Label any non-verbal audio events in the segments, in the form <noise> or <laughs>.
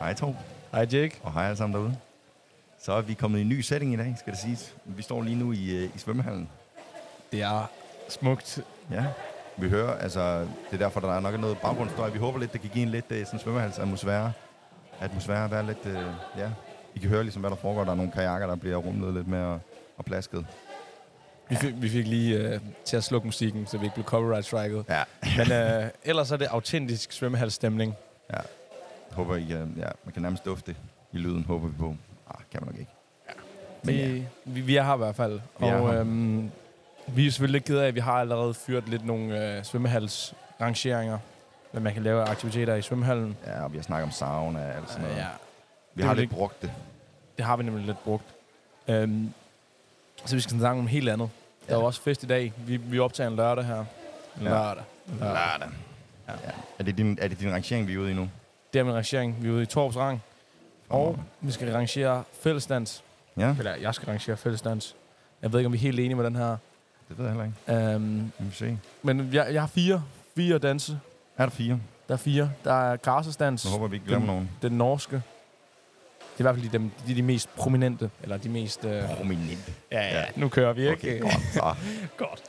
Hej Torb, Hej Jake. og hej alle sammen derude. Så er vi kommet i en ny setting i dag, skal det siges. Vi står lige nu i, øh, i svømmehallen. Det er smukt. Ja, vi hører, altså, det er derfor, der er nok noget baggrundsstøj. Vi håber lidt, det kan give en lidt øh, sådan svømmehalsatmosfære. Atmosfære, der er lidt, øh, ja. I kan høre ligesom, hvad der foregår. Der er nogle kajakker, der bliver rumlet lidt mere og, og plasket. Vi fik, vi fik lige øh, til at slukke musikken, så vi ikke blev copyright striket. <laughs> Ja, Men øh, ellers er det autentisk svømmehalsstemning. ja. Håber I, øh, ja, man kan nærmest dufte det i lyden, håber vi på. Ah, kan man nok ikke. Men ja. Vi, vi, vi er her i hvert fald. Vi og er her. Øhm, vi er selvfølgelig lidt ked af, at vi har allerede fyret lidt nogle øh, svømmehalsrangeringer, hvad man kan lave af aktiviteter i svømmehallen. Ja, og vi har snakket om sauna og alt sådan noget. ja, Vi det har vil lidt ikke- brugt det. det har vi nemlig lidt brugt. Øhm, så vi skal snakke om helt andet. Der er Ja. jo også fest i dag. Vi, vi optager en lørdag her. En Ja. lørdag. En lørdag. Lørdag. Ja. Ja. Ja. Er, det din, er det din rangering, vi er ude i nu? Det er min rangering. Vi er ude i Torps Rang. Og vi skal rangere fællesdans. Ja, Eller jeg skal rangere fællesdans. Jeg ved ikke, om vi er helt enige med den her. det ved jeg heller ikke. Um, Vi må se. men jeg, jeg har fire. Fire danse. Er der fire? Der er fire. Der er græsesdans. Så håber vi ikke glemmer nogen. Den norske. Det er i hvert fald de, dem, de, de mest prominente. Eller de mest... Øh, ja, Prominent. ja, nu kører vi, ikke? Okay, godt. Ah. Så. godt.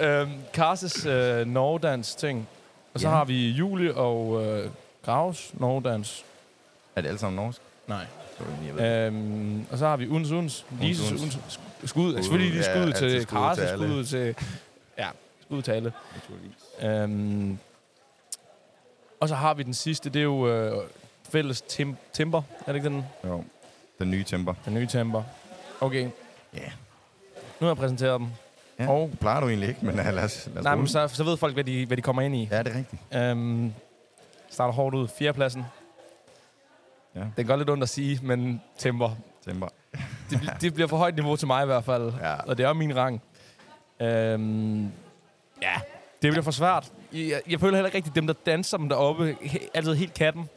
øhm, Karses øh, norgedans ting. Og så Ja. ja. har vi Julie og øh, Graves norgedans. Er det alle sammen norsk? Nej. Så er det lige, jeg ved. Øhm, og så har vi Uns Uns, Lises Uns. Uns, uns. Sk- skud, uh, selvfølgelig lige ja, skud ja, altid til skud Karse, til alle. skud til, ja, skud til alle. Naturligvis. Øhm, og så har vi den sidste, det er jo øh, fælles tim- timber, er det ikke den? Jo. Den nye temper. Den nye timber. Okay, Ja. nu har jeg præsenteret dem. Ja. Og, Det plejer du egentlig ikke, men ja, lad os, lad os nej, rulle. men så, så ved folk, hvad de, hvad de kommer ind i. Ja, det er rigtigt. Øhm, starter hårdt ud, fjerdepladsen. Ja. Ja. Det gør lidt ondt at sige, men timber, Temper. det, <laughs> bl- det bliver for højt niveau til mig i hvert fald. Ja. Ja. Og det er min rang. Øhm, ja, det bliver for svært. Jeg, jeg føler heller ikke rigtigt, dem der danser dem deroppe, he, altid helt katten.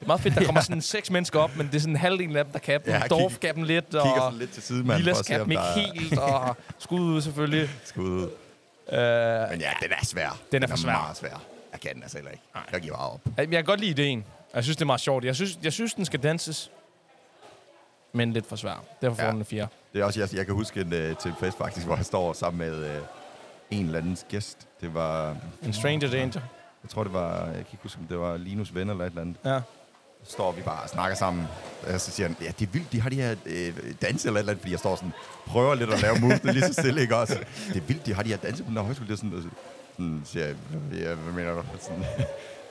Det er meget <laughs> fedt, der kommer sådan seks mennesker op, men det er sådan halvdelen af dem, der kan dem. Ja, Ja, kig- Dorf kan dem lidt, Kigger og sådan lidt til side, mand, for Lilas at se, kan om dem ikke der er <laughs> helt, og skud ud selvfølgelig. skud ud. Øh, Men ja, den er svær. Den er, for svær. meget svær. Jeg kan den altså heller ikke. Jeg giver bare op. jeg kan godt lide ideen, og jeg synes, det er meget sjovt. Jeg synes, jeg synes den skal danses, men lidt for svært. Derfor får Ja. ja. den en fire. Det er også, jeg, jeg kan huske en øh, til en fest faktisk, hvor jeg står sammen med øh, en eller andens gæst. Det var, En stranger danger. jeg tror det var, jeg kan ikke huske, om det var Linus ven eller et eller andet. Ja. står vi bare og snakker sammen. Og så siger han, ja, det er vildt, de har de her øh, danse eller et eller andet, fordi jeg står sådan, prøver lidt at lave movesene lige så stille, ikke også? Det er vildt, de har de her danse på den her højskole. Det er sådan, og så- sådan siger jeg, ja, hvad mener du? Sådan,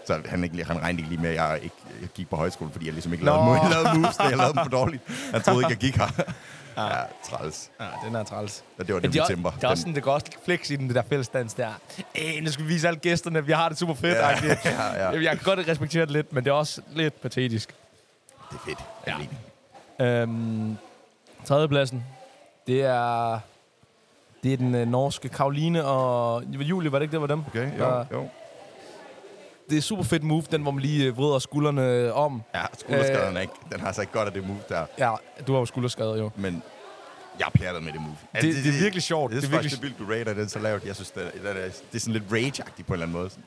så han, ikke, han regnede ikke lige med, at jeg, ikke, jeg gik på højskole, fordi jeg ligesom ikke lavede, Nå. mo- lavede moves, jeg lavede dem for dårligt. Han troede ikke, jeg gik her. Ja, træls. Ja, den er træls. Og det var det, Men det vi er, temper. også, det er også sådan, det går også lidt flex i den det der fællesdans der. Øh, nu skal vi vise alle gæsterne, at vi har det super <laughs> fedt. Ja, Ja. ja, ja. Jeg kan godt respektere det lidt, men det er også lidt patetisk. Det er fedt. Ja. Ja. Øhm, tredjepladsen, det er, det er den øh, norske Karoline og Julie, var det ikke det, var dem? Okay, Der- jo, jo. Det er super fedt move, den hvor man lige øh, vrider skuldrene om. Ja, Øh. skulderskaderne er ikke. Den har altså ikke godt af det move der. Ja, du har jo skulderskade jo. men jeg er pjattet med det move. Det, det er virkelig sjovt. Jeg synes Det er faktisk, det er vildt, du rater den så lavt. Jeg synes, det er, det er, det er sådan lidt rage-agtigt på en eller anden måde. Sådan,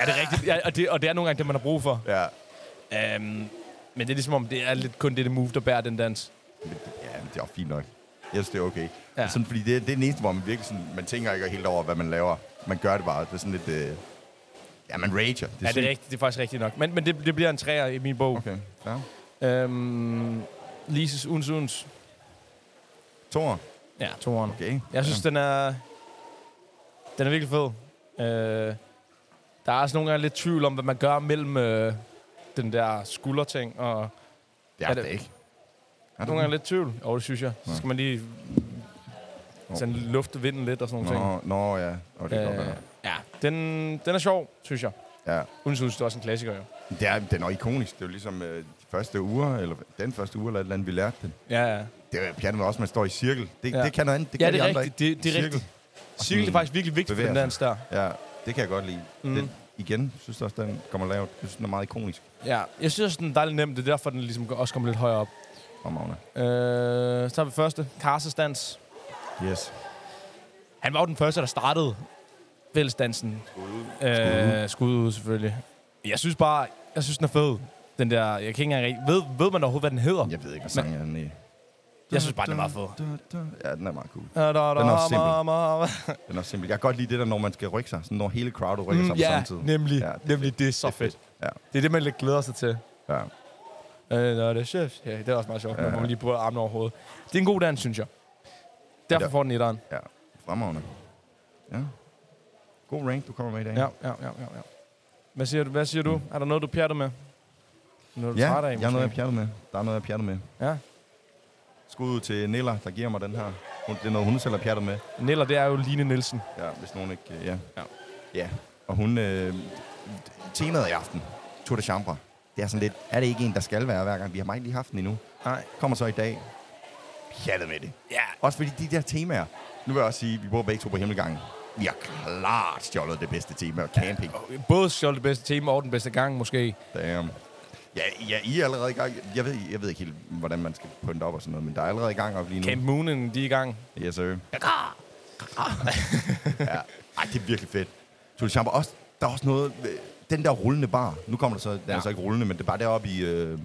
Ja, det er rigtigt. Ja, og, det, og det er nogle gange det, man har brug for. Ja, Øhm, men det er ligesom om, det er lidt kun det, det move, der bærer den dans. men, det- ja men det er også fint nok. Jeg synes, det er okay. Ja. Ja. Sådan, fordi det, det er den eneste, hvor man virkelig sådan, man tænker ikke helt over, hvad man laver. Man gør det bare. Det er sådan lidt... Øh, ja, man rager. Det Ja, det sygt. er rigtigt. Det er faktisk rigtigt nok. Men, men det, det bliver en træer i min bog. Okay, ja. Øhm, Lises Uns Uns. Tor, Ja, toeren. Okay. okay. Jeg synes, den er... Den er virkelig fed. Øh, der er også nogle gange lidt tvivl om, hvad man gør mellem øh, den der skulderting. Og ja, det er er det det- ikke. Er er det nogle gange lidt tvivl. Jo, det synes jeg. Så skal man lige sådan lufte vinden lidt og sådan nogle ting. Nå, nå, ja. Og det er godt, Øh, ja. ja, den, den er sjov, synes jeg. ja. Uns Uns, det er også en klassiker, jo. Det er, den er ikonisk. Det er jo ligesom øh, de første uger, eller den første uge, eller et eller andet, vi lærte den. Ja, ja. Det er pjattet med også, at man står i cirkel. Det, ja. Ja. det kan noget andet. Det ja kan det de er andre rigtigt. Det, det er Cirkel. rigtigt. Cirkel er sådan faktisk virkelig vigtigt for bevæger den sig. dans der. ikke. Ja, det kan jeg godt lide. Mhm. Mm. Den, igen, synes jeg også, den kommer lavt. Jeg synes, den er meget ikonisk Ja, jeg synes også, den er dejligt nem. Det er derfor, den ligesom også kommer lidt højere op. fra Magna. Øh, så tager vi første. Karsestans. Yes. Han var jo den første, der startede fællesdansen. Skud ud. Øh, skud ud, selvfølgelig. Jeg synes bare, jeg synes, den er fed. Den der, jeg kan ikke engang rigtig... Ved, ved man overhovedet, hvad den hedder? Jeg ved ikke, hvad sangen er. Nej. Jeg synes bare, den er meget fed. Ja, den er meget cool. Den Den er også Den er også simpel. Jeg kan godt lide det der, når man skal rykke sig. Sådan, når hele crowdet rykker sig på Mm, ja, samme tid. nemlig. Ja, Ja, det er nemlig, det er så fedt. Ja, Det er det, man lidt glæder sig til. ja. Øh, Nå, det er chef. Ja, det er også meget sjovt, når man lige bruger armene over hovedet. Det er en god dans, synes jeg. Derfor Ja. får den etteren. ja. Fremragende. Ja. God rank, du kommer med i dag. Ja, ja, ja, ja, ja. Hvad siger du? Hvad siger du? Er der noget, du pjatter med? Noget, du ja træt af, jeg er noget, jeg måske? pjatter med. Der er noget, jeg pjatter med. Ja. Skud ud til Nilla, der giver mig den her. Hun, det er noget, hun selv har pjattet med. Neller, det er jo Line Nielsen. Ja, hvis nogen ikke... øh, Ja. Ja. ja. Og hun... Øh, temaet i aften. Tour de Chambre. Det er sådan lidt... Er det ikke en, der skal være hver gang? Vi har meget lige haft den endnu. Nej. Kommer så i dag. Pjattet med det. Ja. Også fordi de der temaer... Nu vil jeg også sige, at vi bor begge to på himmelgangen. Vi har klart stjålet det bedste tema. Camping. Både sjovt det bedste tema og den bedste gang, måske. Damn. Ja, ja, I er allerede i gang. Jeg ved, jeg ved ikke helt, hvordan man skal punte op og sådan noget, men der er allerede i gang op lige nu. Camp Moonen, de er i gang. Yes, sir. <laughs> ja. Ej, det er virkelig fedt. Tour de Chambre, også, der er også noget... øh, Den der rullende bar. Nu kommer der så... Den ja. er Ja. så ikke rullende, men det er bare deroppe i... Øh,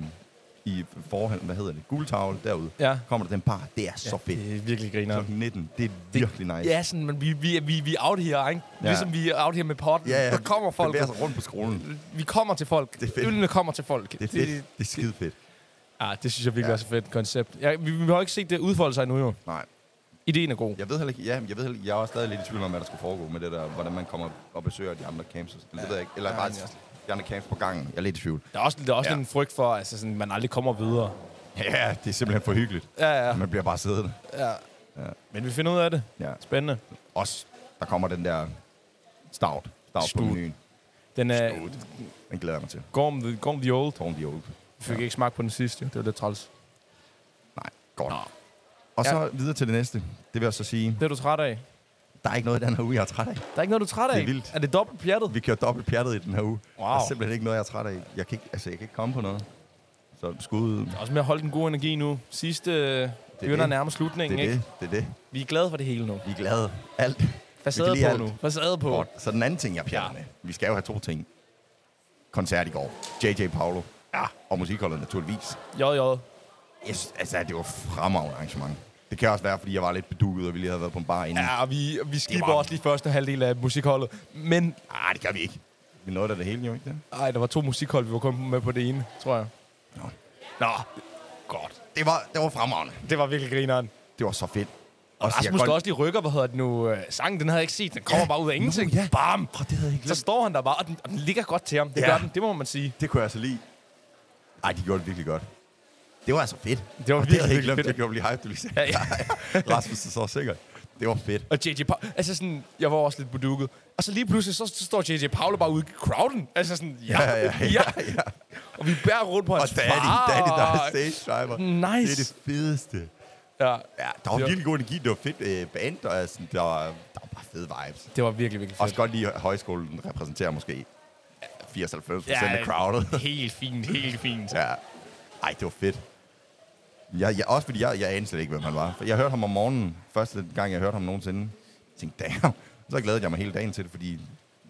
i forhånd, hvad hedder det? Guldtavle derude. Ja. Kommer der den bar. Det er så fedt. Det er virkelig griner. Klokken 19. Det er virkelig nice. Ja, sådan, men vi, vi, vi, vi er out here, ikke? Ja. Ja. Ligesom vi er out here med potten. Ja, ja. Der kommer folk. Bevæger sig rundt på skolen. Vi kommer til folk. er fedt. Ølene kommer til folk. Det er fedt. Det, er skide fedt. Ah, det synes jeg virkelig Ja. ja. også er et fedt koncept. Ja, vi, vi har jo ikke set det udfolde sig endnu, jo. Nej. Ideen er god. Jeg ved heller ikke, ja, jeg ved heller, ikke- jeg er også stadig lidt i tvivl om, hvad der skulle foregå med det der, hvordan man kommer og besøger de andre camps. og sådan- Det ved jeg ikke. Eller Ja, bare men jeg også. de andre camps på gangen. Jeg er lidt i tvivl. <laughs> Der er også, der er også Ja. ja. en frygt for, at altså sådan, man aldrig kommer videre. Ja, det er simpelthen for hyggeligt. Ja, ja, Man bliver bare siddende. ja. Ja. Men vi finder ud af det. Ja. Spændende. Også, der kommer den der stout. Stout på Stout. menuen. Den er Stout. Den glæder jeg mig til. Gorm the, Gorm the Old. Torn de Old. Vi fik ikke smagt på den sidste. jo. Det var lidt træls. Nej, godt. Og så videre til det næste. Det vil jeg så sige, Det er du træt af. der er ikke noget i den her uge, jeg er træt af. Der er ikke noget, du er træt af. Det er vildt. Er det dobbelt pjattet? Vi kører dobbelt pjattet i den her uge. Wow. Der er simpelthen ikke noget, jeg er træt af. Jeg kan ikke, altså, jeg kan ikke komme på noget. Så skud. ud. Også med at holde den gode energi nu. Sidste øh, begynder det. at nærme slutningen, Det er ikke? det. Det er det. Vi er glade for det hele nu. Vi er glade. Alt. Facade Vi kan lide på alt. nu. Facade på. Godt. Så den anden ting, jeg pjatter Ja. med. Vi skal jo have to ting. Koncert i går. J.J. Paolo. Ja. Og musikholdet naturligvis. JJ. Jeg synes, altså, det var et fremragende arrangement. Det kan også være, fordi jeg var lidt bedugget, og vi lige havde været på en bar inden. Ja, og Ah, vi, vi skipper var- også lige første halvdel af musikholdet. Men Nej, Ah, det gør vi ikke. Vi nåede da det hele, jo ikke det? ej, der var to musikhold, vi var kun med på det ene, tror jeg. Nå. Nå, godt. Det var, det var fremragende. Det var virkelig grineren. Det var så fedt. Og jeg Rasmus godt- skal også lige rykker, hvad hedder det nu? øh, Sangen, den havde jeg ikke set. Den kommer Ja. bare ud af ingenting. Nå, ja. Bam! Åh, det havde jeg ikke Så glemt. står han der bare, og den, og den ligger godt til ham. Det Ja. gør den, det må man sige. Det kunne jeg altså lide. Ej, de gjorde det virkelig godt. Det var altså fedt. Det var Og virkelig, det havde jeg virkelig glemt. fedt. Det gjorde mig lige hype, du lige sagde. Ja, <laughs> ja. Rasmus er så sikkert. Det var fedt. Og J.J. Pa- altså sådan, jeg var også lidt bedukket. Og så lige pludselig, så, så står J.J. Paolo bare ude i crowden. Altså sådan, ja, ja, ja. ja. ja. Og vi bærer rundt på Og hans Daddy, far. Daddy, der er stage driver. Nice. Det er det fedeste. Ja, Ja, der var Det var- virkelig god energi. Det var fedt øh, band, og sådan, der, var, der var bare fede vibes. det var virkelig, virkelig fedt. Også godt lige, at højskolen repræsenterer måske 94 procent af crowdet. helt fint, helt <laughs> fint. ja. Ej, det var fedt. Jeg, jeg, også fordi jeg, jeg anede slet ikke, hvem han var. For jeg hørte ham om morgenen, første gang jeg hørte ham nogensinde. Jeg tænkte, damn. Så glædede jeg mig hele dagen til det, fordi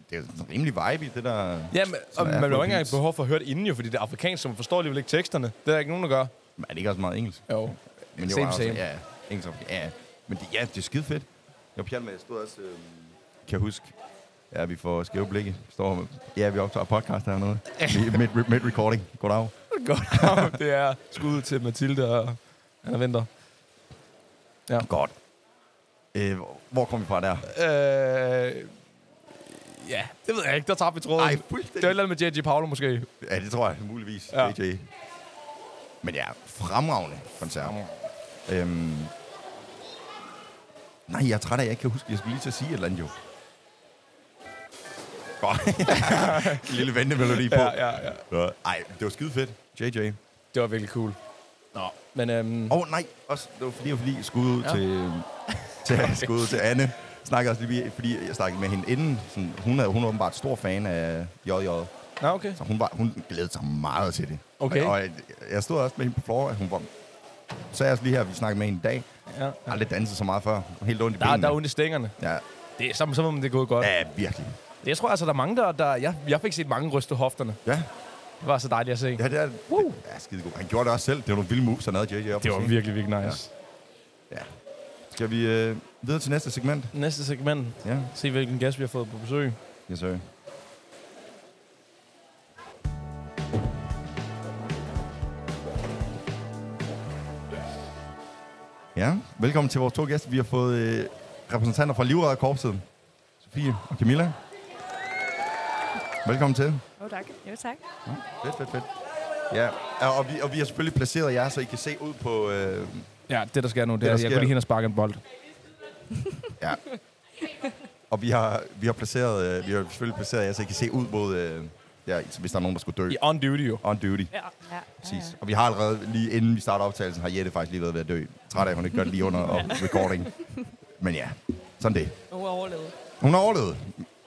det er sådan rimelig vibe i det der... Ja, men, og er man har jo ikke Afrobeats. engang behov for at høre det inden jo, fordi det er afrikansk, så man forstår alligevel ikke teksterne. Det er der ikke nogen, der gør. Men Er det ikke også meget engelsk? Jo. <laughs> Men Same, også, same. Ja, engelsk og- ja. Men det, ja, det er skide fedt. Jeg var pjat med, jeg stod også, øh, kan jeg huske, ja, vi får skæve blikke. Står, med- ja, vi optager podcast <laughs> hernede. Vi- Midt, midt recording. Goddag. Godt. det er skud til Mathilde og Anna Vinter. Godt. Øh, hvor- hvor kom vi fra der? Øh, ja, det ved jeg ikke. Der tabte vi tråden. Ej, det var et fuldstændig. eller andet med J.J. Paolo måske. Ja, det tror jeg muligvis. Ja. Ja. JJ. Men ja, fremragende koncert. Øhm, nej, jeg er træt af, at jeg ikke kan huske, jeg skulle lige til at sige et eller andet jo. Godt. <laughs> Lille ventemelodi på. Ja, ja, ja. Nå, Ej, det var skide fedt. JJ. Det var virkelig cool. Nå. Men øhm, Åh, oh, nej. Også, det var fordi, jeg lige skud ud ja. Ja. til, <laughs> til, skud ud til Anne. Snakkede også lige, fordi jeg snakkede med hende inden. Sådan, hun, er, hun er åbenbart stor fan af JJ. nå, okay. Så hun, var, hun glædede sig meget til det. Okay. Og, og jeg, jeg stod også med hende på floor, at hun var... Så er jeg også lige her, vi snakkede med hende i dag. Ja, ja. Jeg har aldrig danset så meget før. Jeg var Helt ondt i Der, er- benene. der er ondt i stængerne. ja, Det er som, som om det er gået godt. ja, virkelig. Jeg tror altså, der er mange, der... der jeg, jeg fik set mange ryste hofterne. Ja. Det var så dejligt at se. Ja, det er, det er skidegod. Han gjorde det også selv. Det var nogle vilde moves, han havde JJ op Det på var scenen. virkelig, virkelig nice. Ja. Skal vi øh, videre til næste segment? Ja. Næste segment. Ja, Se, hvilken gæst vi har fået på besøg. yes, sir. Ja, velkommen til vores to gæster. Vi har fået øh, repræsentanter fra Livredderkorpset. Sofie og Camilla. Velkommen til. Jo, tak. Jo, tak. Fedt, fedt, fedt. Ja, og- og vi, og vi har selvfølgelig placeret jer, så I kan se ud på... Øh, Ja, det der sker nu, det, Det, det er, der jeg går sker. lige hen og sparker en bold. ja. Og vi har, vi har placeret, øh, vi har selvfølgelig placeret jer, så I kan se ud mod... Øh, ja, hvis der er nogen, der skulle dø. I on duty jo. On duty. Ja. ja. Præcis. Og vi har allerede, lige inden vi starter optagelsen, har Jette faktisk lige været ved at dø. Træt af, at hun ikke gør det lige under op- recording. Men ja, sådan det. Nogen overlevede. Hun har overlevet.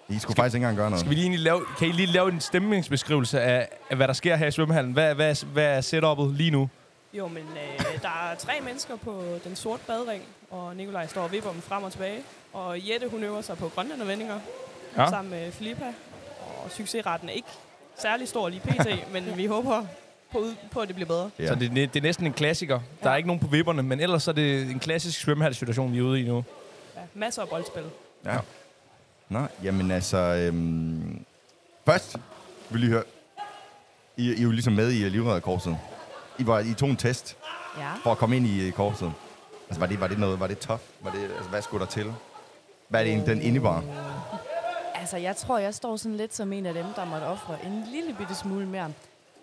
I skulle faktisk ikke engang gøre noget. Skal vi lige egentlig lave, kan I lige lave en stemningsbeskrivelse af, af hvad der sker her i svømmehallen? Hvad, hvad, hvad er setup'et lige nu? Jo, men øh, der er tre mennesker på den sorte badring, og Nikolaj står og vipper dem frem og tilbage. Og Jette, hun øver sig på grønlændervendinger Ja. ja. sammen med Filippa. Og succesretten er ikke særlig stor lige <laughs> pt, men vi håber på, ud- på at det bliver bedre. Ja. Så det, er næ- det er næsten en klassiker. Der er ikke nogen på vipperne, men ellers er det en klassisk svømmehalssituation, vi er ude i nu. Ja. Masser af boldspil. Ja. Nå, jamen altså... Øhm, først vil I høre... I, I er jo ligesom med i øh, livredderkorpset. I, var, I tog en test Ja. for at komme ind i øh, korpset. Altså, var det, var det noget? Var det tough? Var det, altså, hvad skulle der til? Hvad er det egentlig, den indebar? Altså, jeg tror, jeg står sådan lidt som en af dem, der måtte ofre en lille bitte smule mere.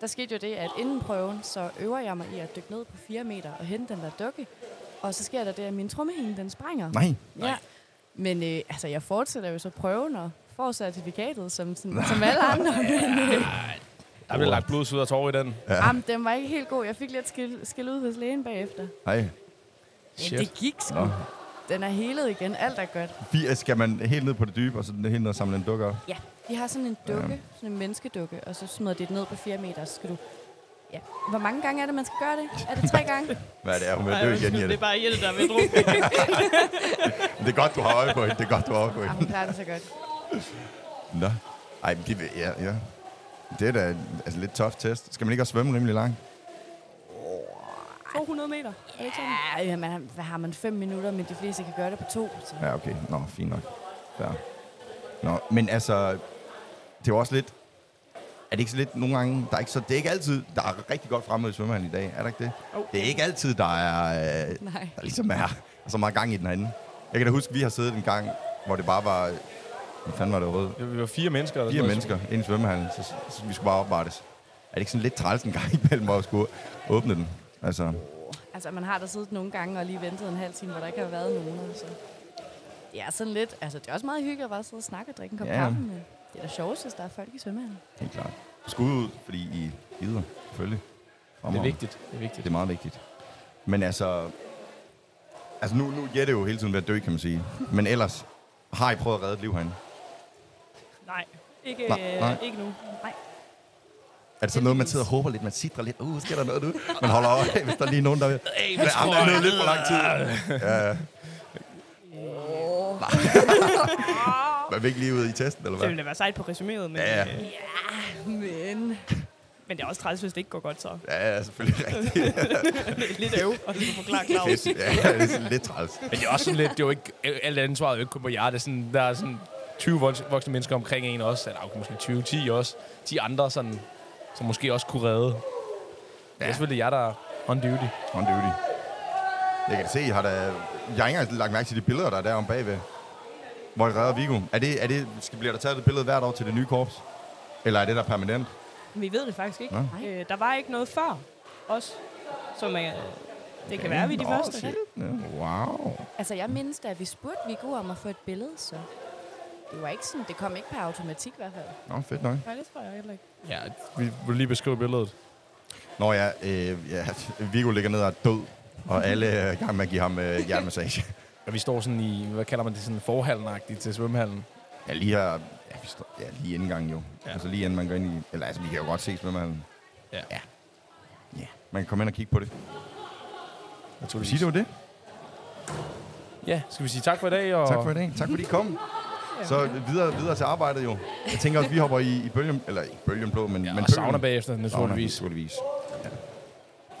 Der skete jo det, at inden prøven, så øver jeg mig i at dykke ned på 4 meter og hente den der dukke. Og så sker der det, at min trommehinde, den springer. Nej. Ja. Men øh, altså, jeg fortsætter jo så prøven og får certifikatet, som, sådan, som alle andre. Men, øh, Der bliver lagt blod, sved og tårer i den. ja. jamen, den var ikke helt god. Jeg fik lidt skil, skil ud hos lægen bagefter. Nej. Men det gik sgu. Nå. Den er helet igen. Alt er godt. Vi, skal man helt ned på det dybe, og så helt ned og samle en dukke op? Ja, de har sådan en dukke, ja. sådan en menneskedukke, og så smider de den ned på 4 meter, så skal du... Ja. Hvor mange gange er det, man skal gøre det? Er det <laughs> tre gange? Hvad er det, er hun ved Ej, at dø undskyld, igen, det Jette? er bare Jette, der er <laughs> ved at drukke. Det er godt, du har øje på hende. Det er godt, du har øje på Ja, hende. hun klarer det så godt. Nå. Ej, men det, ja, ja. Det er da en- altså, lidt tough test. Skal man ikke også svømme rimelig langt? 200 meter. Er det ikke sådan? Ja, jamen, han- hvad har man fem minutter, men de fleste kan gøre det på to. Så. Ja, okay. Nå, fint nok. Ja. Nå, men altså, det er jo også lidt... Er det ikke så lidt nogle gange... Der er ikke så, det er ikke altid... Der er rigtig godt fremme i svømmehallen i dag. Er der ikke det? Jo. Det er ikke altid, der er... Øh, <laughs> Nej. der ligesom er, er så meget gang i den herinde. Jeg kan da huske, vi har siddet en gang, hvor det bare var... Hvad fanden var det rød? Vi var fire mennesker. Eller Fire mennesker ind i svømmehallen, så, så, vi skulle bare opvartes. Er det ikke sådan lidt træls en gang <laughs> imellem at skulle åbne den? Altså, Altså, man har der siddet nogle gange og lige ventet en halv time, hvor der ikke har været nogen. og Så. Det er sådan lidt... Altså, det er også meget hyggeligt at bare sidde og snakke og drikke en kop Ja. ja. kaffe, men det er da sjovest, hvis der er folk i svømmehallen. helt klart. Skud ud, fordi I gider, selvfølgelig. Det er Fremragende. vigtigt. Det er vigtigt. Det er meget vigtigt. Men altså... Altså, nu, nu er Jette jo hele tiden ved at dø, kan man sige. Men ellers har I prøvet at redde et liv herinde. Nej. Øh, Ikke, Nej, nej. nej. ikke nu. Nej. Er det sådan noget, man sidder og håber lidt, man sidder lidt, uh, sker der noget nu? Man holder øje, af, hvis der er lige nogen, der... Hey, hvad der er noget lidt for lang tid. Ja, ja. Nej. <laughs> Man vil ikke lige ud i testen, eller Det hvad? ville da være sejt på resuméet, men, Ja, ja, ja. ja. Øh, Men... men det er også træls, hvis det ikke går godt, så Ja, ja, selvfølgelig rigtigt. lidt øv, og så <laughs> forklare Claus. Fedt. Ja, det er sådan lidt træls. Men det er også sådan lidt, det er jo ikke, alt ansvaret er jo ikke kun på jer. Det er sådan, der er sådan 20 voks- voksne mennesker omkring en også, eller okay, måske 20, 10 også. 10 andre, sådan, som måske også kunne redde. Ja. Det er selvfølgelig jer, der er on duty. On duty. Jeg kan se, I har da... Jeg har ikke engang lagt mærke til de billeder, der er derom bagved. Hvor I redder Vigo. Er det, er det, skal, bliver der taget et billede hvert år til det nye korps? Eller er det der permanent? Vi ved det faktisk ikke. Nå. Øh, der var ikke noget før os, som er... Det kan være, vi er de Nå, første. shit. Ja, Wow. Altså, jeg mindes da, at vi spurgte Viggo om at få et billede, så... Det var ikke sådan... Det kom ikke per automatik i hvert fald. Nå, fedt nok. Nej, det tror jeg heller ikke. Ja, vi vil lige beskrive billedet. Nå ja, øh, ja <laughs> Vigo ligger ned og er død. Mhm. Og alle er i gang med at give ham øh, hjertemassage. <laughs> Og vi står sådan i, hvad kalder man det, sådan forhallen til svømmehallen. Ja, lige her... Ja, vi står, ja lige indgangen jo. Ja. Ja. Altså lige inden man går ind i... Eller altså, vi kan jo godt ses med man. Ja. ja. Ja. Man kan komme ind og kigge på det. Vil du Naturligvis. sige, det var det? Ja, skal vi sige tak for i dag, og Tak for i dag. Tak fordi I kom. Så videre, videre til arbejdet jo. Jeg tænker også, vi hopper i, i bølgen, eller i bølgen blå, men, Ja, men og sauna bagefter, naturligvis. naturligvis. Ja. Tak, Tak.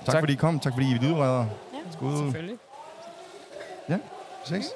Altså, Mm. tak, fordi I kom. Tak, fordi I er lydredere. Ja. Skud. Selvfølgelig. Ses.